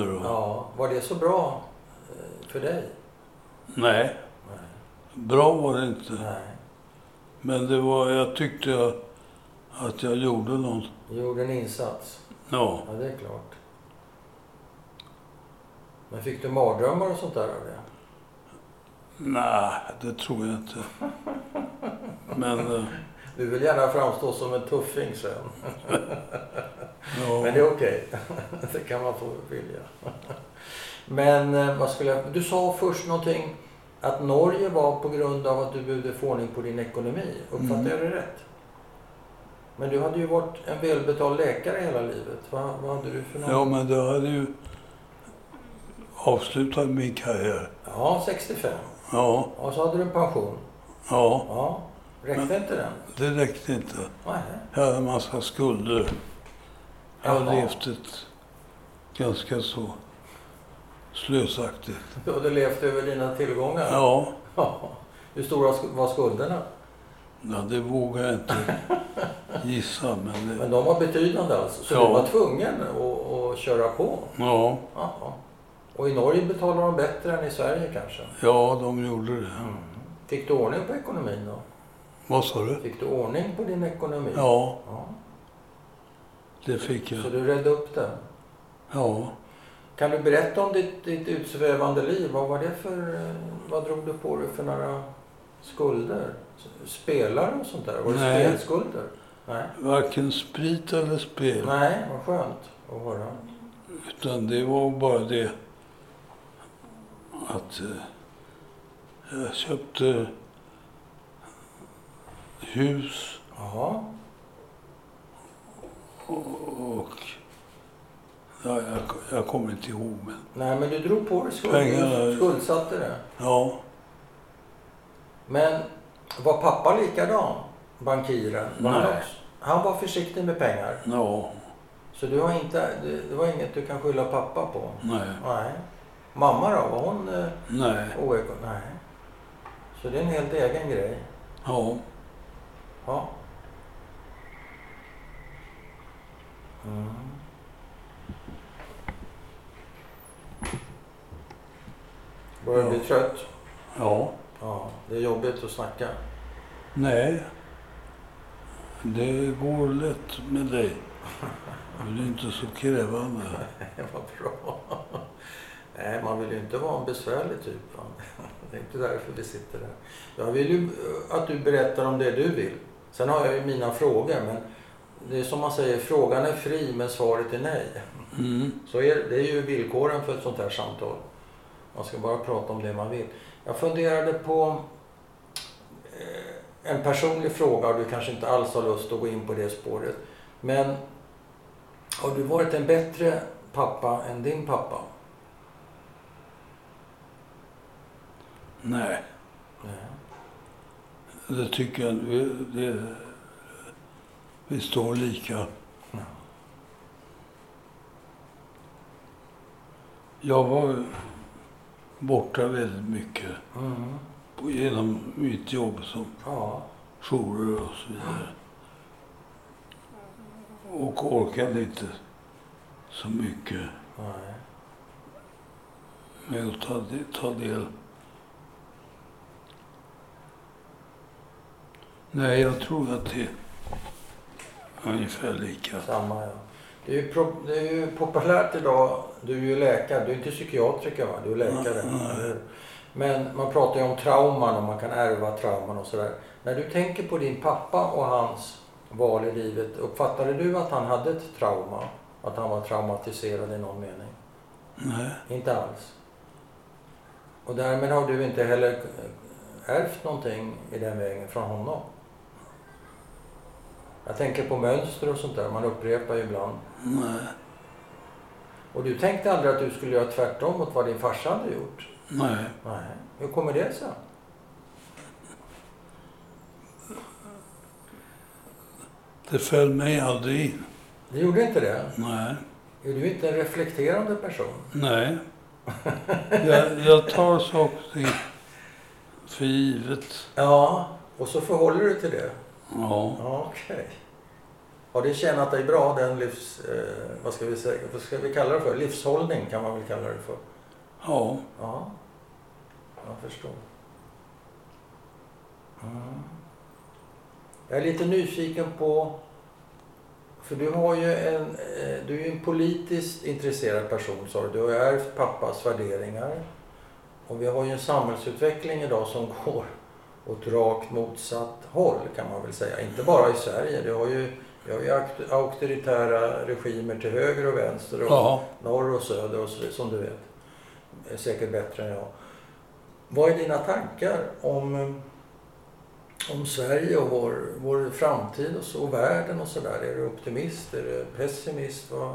Speaker 1: Ja,
Speaker 2: och...
Speaker 1: ja. Var det så bra eh, för dig?
Speaker 2: Nej,
Speaker 1: Nej.
Speaker 2: bra var det inte.
Speaker 1: Nej.
Speaker 2: Men det var, jag tyckte jag, att jag gjorde något.
Speaker 1: Du gjorde en insats.
Speaker 2: Ja,
Speaker 1: Ja, det är klart. Men fick du mardrömmar och sånt där av det?
Speaker 2: nej, det tror jag inte. Men, eh,
Speaker 1: Du vill gärna framstå som en tuffing sen. Men det
Speaker 2: ja,
Speaker 1: är okej. Det kan man få vilja. Men eh, vad skulle jag... Du sa först någonting att Norge var på grund av att du behövde få ordning på din ekonomi. Uppfattar
Speaker 2: Mm.
Speaker 1: jag det rätt? Men du hade ju varit en välbetald läkare hela livet. Vad, vad hade du för någon...
Speaker 2: ja, men då hade ju avslutat min karriär.
Speaker 1: Ja, 65.
Speaker 2: Ja,
Speaker 1: Och så hade du en pension.
Speaker 2: ja,
Speaker 1: Ja. Räckte inte den?
Speaker 2: det räckte inte.
Speaker 1: Nej.
Speaker 2: Jag hade en massa skulder. Jag
Speaker 1: Jaha.
Speaker 2: har levt ett ganska så slösaktigt.
Speaker 1: Du hade levt över dina tillgångar.
Speaker 2: Ja,
Speaker 1: Ja. Hur stora sk- var skulderna?
Speaker 2: ja det vågar jag inte gissa, men
Speaker 1: Men
Speaker 2: det,
Speaker 1: de var betydande alltså. Så
Speaker 2: Ja.
Speaker 1: du var tvungen att, att köra på?
Speaker 2: ja,
Speaker 1: Jaha. Och i Norge betalar de bättre än i Sverige kanske?
Speaker 2: ja, de gjorde det.
Speaker 1: Fick du ordning på ekonomin då?
Speaker 2: Vad sa du?
Speaker 1: Fick du ordning på din ekonomi?
Speaker 2: Ja,
Speaker 1: Ja.
Speaker 2: det fick
Speaker 1: Så
Speaker 2: jag.
Speaker 1: du redde upp den?
Speaker 2: Ja,
Speaker 1: Kan du berätta om ditt, ditt utsvävande liv? Vad var det för... eh, Vad drog du på dig för några skulder? S- Spelare och sånt där? Var det
Speaker 2: Nej.
Speaker 1: spelskulder? Nej.
Speaker 2: varken sprit eller spel,
Speaker 1: Nej, vad skönt att höra.
Speaker 2: utan det var bara det att eh, jag köpte hus
Speaker 1: Jaha.
Speaker 2: Och... Ja, jag, jag kommer inte ihåg, men...
Speaker 1: Nej, men du drog på dig skulder.
Speaker 2: Pengarna-
Speaker 1: Du skuldsatte det.
Speaker 2: Ja,
Speaker 1: Men var pappa likadan? Bankiren? Var han
Speaker 2: Nej.
Speaker 1: också- Han var försiktig med pengar.
Speaker 2: ja,
Speaker 1: Så du har inte, det, det var inget du kan skylla pappa på?
Speaker 2: nej,
Speaker 1: Nej. Mamma då? Var hon eh,
Speaker 2: nej,
Speaker 1: oekon? Nej. Så det är en helt egen grej?
Speaker 2: ja,
Speaker 1: Ja. Mm. Börjar du bli
Speaker 2: Ja.
Speaker 1: trött?
Speaker 2: ja,
Speaker 1: Ja, det är jobbigt att snacka.
Speaker 2: nej. Det går lätt med dig. Du är inte så krävande.
Speaker 1: Det var bra. Nej, man vill ju inte vara en besvärlig typ. Va? Det är inte därför vi sitter här. Jag vill ju att du berättar om det du vill. Sen har jag ju mina frågor, men det är som man säger, frågan är fri men svaret är nej.
Speaker 2: Mm.
Speaker 1: Så är, det är ju villkoren för ett sånt här samtal. Man ska bara prata om det man vill. Jag funderade på eh, en personlig fråga och du kanske inte alls har lust att gå in på det spåret. Men har du varit en bättre pappa än din pappa?
Speaker 2: Nej,
Speaker 1: Nej.
Speaker 2: det tycker jag vi, det, vi står lika.
Speaker 1: Ja.
Speaker 2: Jag var borta väldigt mycket
Speaker 1: Mm.
Speaker 2: på- genom mitt jobb som
Speaker 1: Ja.
Speaker 2: jourer och så vidare. Och orkade inte så mycket
Speaker 1: Nej.
Speaker 2: med att ta, de- ta del. Nej, jag tror att det är ungefär lika.
Speaker 1: Samma ja. Det är, ju pro- det är ju populärt idag, du är ju läkare, du är inte psykiatriker va? Du är läkare.
Speaker 2: Mm, mm.
Speaker 1: eller hur? Men man pratar ju om trauman och man kan ärva trauman och sådär. När du tänker på din pappa och hans val i livet, uppfattade du att han hade ett trauma? Att han var traumatiserad i någon mening?
Speaker 2: Nej,
Speaker 1: Inte alls. Och därmed har du inte heller eh, ärvt någonting i den vägen från honom. Jag tänker på mönster och sånt där, man upprepar ju ibland.
Speaker 2: nej,
Speaker 1: Och du tänkte aldrig att du skulle göra tvärtom mot vad din farsa hade gjort?
Speaker 2: nej.
Speaker 1: Nej. Hur kommer det sig?
Speaker 2: Det föll mig aldrig in.
Speaker 1: Du gjorde inte det?
Speaker 2: Nej,
Speaker 1: Är du inte en reflekterande person?
Speaker 2: nej. Jag, jag tar saker och ting för givet.
Speaker 1: Ja. Och så förhåller du till det?
Speaker 2: Ja,
Speaker 1: Ja, okej. Har det tjänat dig bra, den livs... Eh, vad, ska vi säga, vad ska vi kalla det för? Livshållning kan man väl kalla det för?
Speaker 2: ja.
Speaker 1: Ja. Jag förstår. Mm. Jag är lite nyfiken på... För du har ju en... eh, Du är ju en politiskt intresserad person, sa du. Du har ju ärvt pappas värderingar. Och vi har ju en samhällsutveckling idag som går åt rakt motsatt håll kan man väl säga. Inte bara i Sverige. Du har ju, vi har ju auktor- auktoritära regimer till höger och vänster. Och
Speaker 2: ja.
Speaker 1: norr och söder och så vidare, som du vet. Är säkert bättre än jag. Vad är dina tankar om, eh, om Sverige och vår, vår framtid och, så, och världen och sådär? Är du optimist? Är du pessimist? Vad,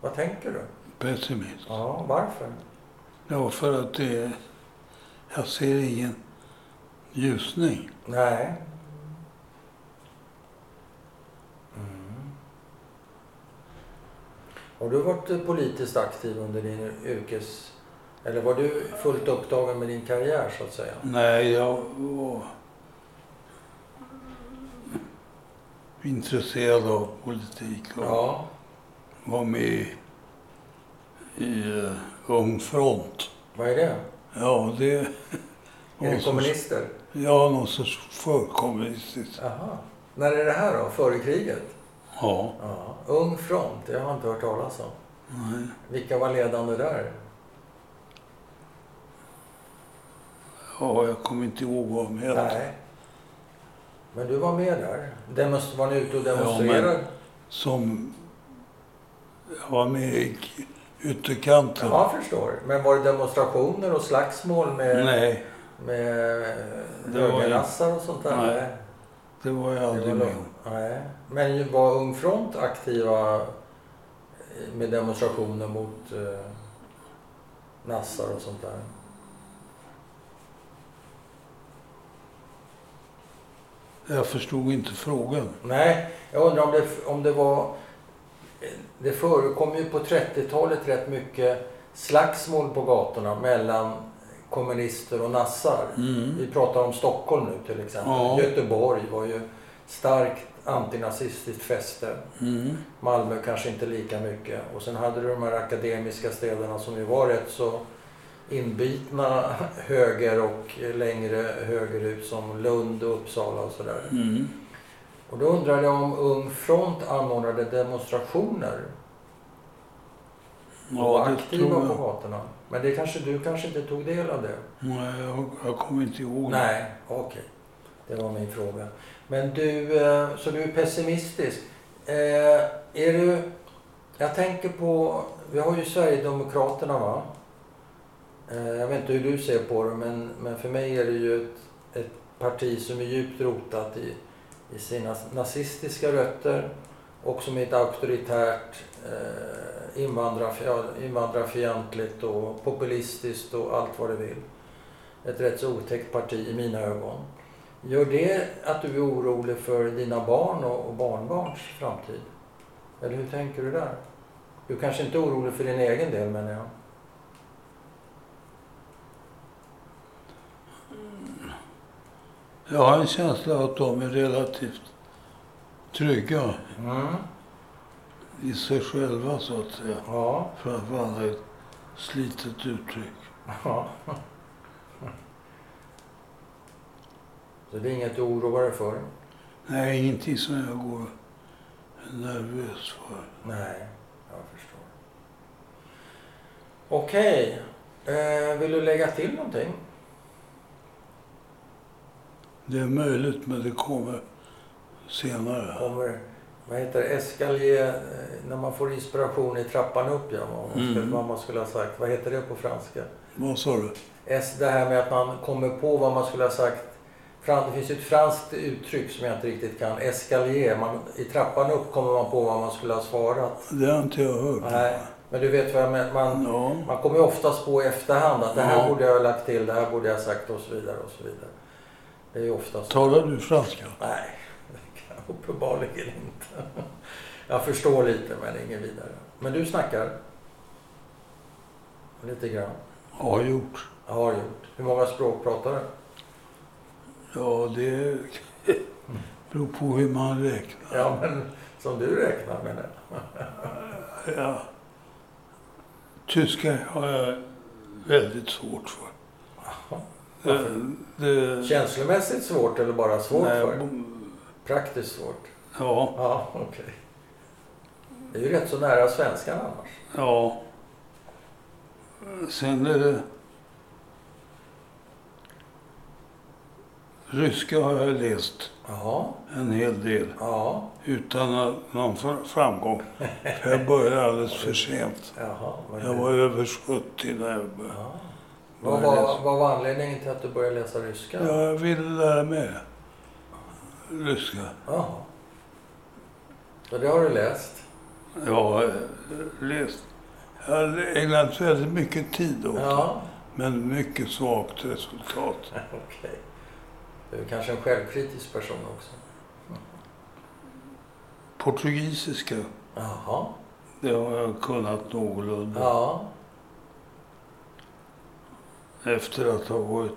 Speaker 1: vad tänker du?
Speaker 2: pessimist.
Speaker 1: Ja, varför?
Speaker 2: Ja, för att det är, jag ser ingen ljusning.
Speaker 1: Nej. Mm. Har du varit eh, politiskt aktiv under din yrkes... Eller var du fullt upptagen med din karriär så att säga?
Speaker 2: Nej, jag var intresserad av politik och
Speaker 1: Ja.
Speaker 2: var med i uh, Ung Front.
Speaker 1: Vad är det?
Speaker 2: Ja, det...
Speaker 1: Är det kommunister?
Speaker 2: Ja, någon sorts förkommunistiskt.
Speaker 1: Aha. När är det här då? Före kriget?
Speaker 2: Ja,
Speaker 1: Ja. Ung front, det har jag inte hört talas om.
Speaker 2: nej.
Speaker 1: Vilka var ledande där?
Speaker 2: Ja, jag kommer inte ihåg vad de hette.
Speaker 1: Nej. Men du var med där? Demonst- var ni ute och
Speaker 2: Ja, men-
Speaker 1: demonstrerade?
Speaker 2: Som... Jag var med i k-
Speaker 1: Ja,
Speaker 2: ytterkanten.
Speaker 1: jag förstår. Men var det demonstrationer och slagsmål med,
Speaker 2: Nej.
Speaker 1: med
Speaker 2: Det var ju-
Speaker 1: högerlassar och sånt där?
Speaker 2: Nej, Det var jag
Speaker 1: Det var
Speaker 2: aldrig med om.
Speaker 1: lugnt. Nej. Men ju var Ung Front aktiva med demonstrationer mot eh, nassar och sånt där?
Speaker 2: Jag förstod inte frågan.
Speaker 1: Nej, jag undrar om det, om det var... Det förekom ju på 30-talet rätt mycket slagsmål på gatorna mellan kommunister och nassar. Vi pratar om Stockholm nu till exempel.
Speaker 2: Ja.
Speaker 1: Göteborg var ju starkt antinazistiskt fäste.
Speaker 2: Mm.
Speaker 1: Malmö kanske inte lika mycket. Och sen hade du de här akademiska städerna som ju var rätt så inbitna höger och längre högerut som Lund och Uppsala och sådär.
Speaker 2: Mm.
Speaker 1: Och då undrade jag om Ung Front anordnade demonstrationer och var
Speaker 2: det
Speaker 1: aktiva
Speaker 2: tror jag.
Speaker 1: på gatorna. Men det kanske, du kanske inte tog del av det?
Speaker 2: Nej, jag, jag kommer inte ihåg.
Speaker 1: Nej, okej. Det var min fråga. Men du, eh, så du är pessimistisk. Eh, Är du... Jag tänker på... Vi har ju Sverigedemokraterna va? Eh, Jag vet inte hur du ser på det men, men för mig är det ju ett, ett parti som är djupt rotat i, i sina nazistiska rötter och som är ett auktoritärt, eh, invandrarfi- ja, invandrarfientligt och populistiskt och allt vad du vill ett rätt så otäckt parti i mina ögon. Gör det att du är orolig för dina barn och och barnbarns framtid? Eller hur tänker du där? Du kanske inte är orolig för din egen del menar jag.
Speaker 2: Jag har en känsla av att de är relativt trygga
Speaker 1: Mm.
Speaker 2: i sig själva så att säga.
Speaker 1: Ja.
Speaker 2: För att använda ett slitet uttryck.
Speaker 1: ja. Så det är inget du oroar dig för?
Speaker 2: Nej, ingenting som jag går nervös för.
Speaker 1: Nej, jag förstår. Okej. Eh, vill du lägga till någonting?
Speaker 2: Det är möjligt, men det kommer senare.
Speaker 1: kommer, vad heter det, escalier, eh, när man får inspiration i trappan upp ja, vad man skulle,
Speaker 2: Mm.
Speaker 1: vad man skulle ha sagt. Vad heter det på franska?
Speaker 2: Vad sa du?
Speaker 1: Es, det här med att man kommer på vad man skulle ha sagt. Fran, det finns ju ett franskt uttryck som jag inte riktigt kan. Escalier, man, i trappan upp kommer man på vad man skulle ha svarat.
Speaker 2: Det har inte jag hört.
Speaker 1: Nej, men du vet vad jag menar. Man,
Speaker 2: Ja,
Speaker 1: man kommer ju oftast på i efterhand att det här
Speaker 2: Ja.
Speaker 1: borde jag ha lagt till, det här borde jag ha sagt och så vidare och så vidare. Det är ju oftast
Speaker 2: talar du franska?
Speaker 1: Nej, det kan jag uppenbarligen inte. Jag förstår lite, men ingen vidare. Men du snackar? Lite grann.
Speaker 2: Har gjort.
Speaker 1: Jag har gjort. Hur många språk pratar du?
Speaker 2: Ja, det beror på hur man räknar.
Speaker 1: Ja, men som du räknar med det.
Speaker 2: Ja. Tyska har jag väldigt svårt för. Det,
Speaker 1: Mm.
Speaker 2: det,
Speaker 1: Känslomässigt svårt eller bara svårt
Speaker 2: nej,
Speaker 1: för?
Speaker 2: bo-
Speaker 1: Praktiskt svårt?
Speaker 2: Ja,
Speaker 1: Ja, okej. Det är ju rätt så nära svenskan annars.
Speaker 2: ja. Sen är det... Ryska har jag läst
Speaker 1: Ja,
Speaker 2: en hel del
Speaker 1: ja,
Speaker 2: utan att någon fr- framgång. För jag började alldeles för sent.
Speaker 1: jaha. vad-
Speaker 2: Jag var över 70 när jag började.
Speaker 1: Ja. Vad var,
Speaker 2: började
Speaker 1: vad var anledningen till att du började läsa ryska?
Speaker 2: läsa. Jag ville lära mig ryska.
Speaker 1: Jaha. Så det har du läst?
Speaker 2: Jag har eh, läst. Jag har ägnat väldigt mycket tid åt det,
Speaker 1: Ja.
Speaker 2: men mycket svagt resultat.
Speaker 1: Okej. Du är kanske en självkritisk person också?
Speaker 2: Portugisiska,
Speaker 1: Jaha.
Speaker 2: det har jag kunnat någorlunda
Speaker 1: Ja.
Speaker 2: efter att ha varit,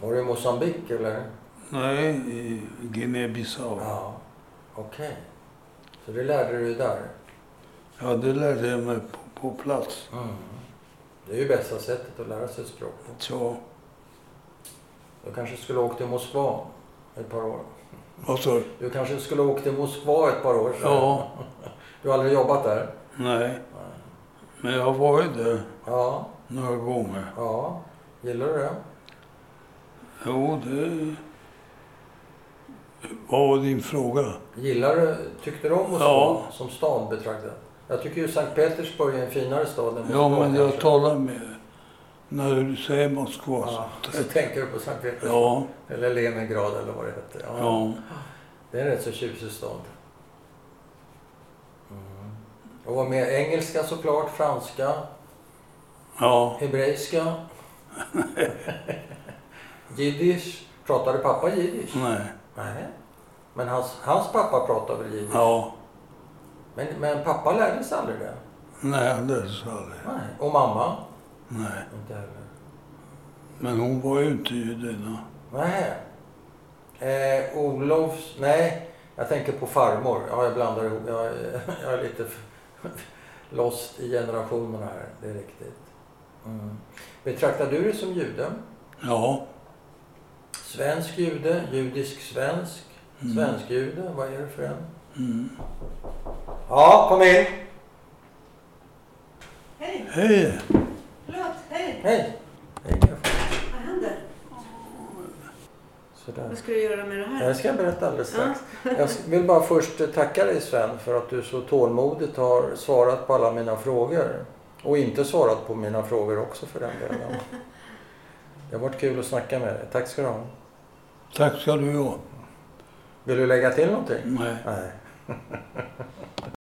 Speaker 1: Var du i Mozambique eller?
Speaker 2: nej, i Guinea-Bissau. Ja.
Speaker 1: Ja. Okej. Så det lärde du dig där?
Speaker 2: det lärde jag mig på, på plats.
Speaker 1: Mm. Det är ju bästa sättet att lära sig ett språk på.
Speaker 2: Så,
Speaker 1: Du kanske skulle ha åkt till Moskva ett par år?
Speaker 2: vad sa du?
Speaker 1: Du kanske skulle ha åkt till Moskva ett par år? sedan.
Speaker 2: Ja,
Speaker 1: Du har aldrig jobbat där?
Speaker 2: nej. Men jag har varit där
Speaker 1: Ja.
Speaker 2: några gånger.
Speaker 1: Ja. Gillar du det?
Speaker 2: Jo, det... Vad var din fråga?
Speaker 1: Gillar du, tyckte du om Moskva
Speaker 2: Ja.
Speaker 1: som stad betraktad? Jag tycker ju Sankt Petersburg är en finare stad än Moskva.
Speaker 2: Ja, men jag
Speaker 1: kanske.
Speaker 2: talar med... När du säger Moskva
Speaker 1: Ja, så
Speaker 2: så...
Speaker 1: tänker du på Sankt Petersburg?
Speaker 2: Ja,
Speaker 1: Eller Leningrad eller vad det hette. Ja.
Speaker 2: ja.
Speaker 1: Det är en rätt så tjusig stad. Mm. Och var med engelska såklart, franska,
Speaker 2: Ja,
Speaker 1: hebreiska. Jiddisch. Pratade pappa jiddisch?
Speaker 2: nej.
Speaker 1: Nej. Men hans, hans pappa pratade väl jiddisch?
Speaker 2: Ja,
Speaker 1: Men, men pappa lärde sig aldrig det?
Speaker 2: nej, det sa jag aldrig.
Speaker 1: Nej. Och mamma?
Speaker 2: Nej.
Speaker 1: Inte heller.
Speaker 2: Men hon var ju inte judinna.
Speaker 1: Nej. Eh, Olofs... Nej, jag tänker på farmor. Ja, jag blandar ihop. Jag, är- jag är lite lost i generationerna här. Det är riktigt. Mm. Betraktar du dig som jude?
Speaker 2: Ja,
Speaker 1: Svensk jude, judisk svensk,
Speaker 2: Mm.
Speaker 1: svensk jude. Vad är det för en?
Speaker 2: mm.
Speaker 1: Ja, kom in!
Speaker 3: Hej!
Speaker 2: Hej!
Speaker 3: Förlåt, hej.
Speaker 1: Hej! Hej Gaffe.
Speaker 3: Vad händer?
Speaker 1: Sådär.
Speaker 3: Vad ska du göra med det här?
Speaker 1: Jag ska berätta alldeles strax. Jag vill bara först eh, tacka dig Sven för att du så tålmodigt har svarat på alla mina frågor. Och inte svarat på mina frågor också för den delen. Det har varit kul att snacka med dig. Tack ska du ha.
Speaker 2: Tack ska du ha. Mm.
Speaker 1: Vill du lägga till någonting?
Speaker 2: Nej.
Speaker 1: Nej.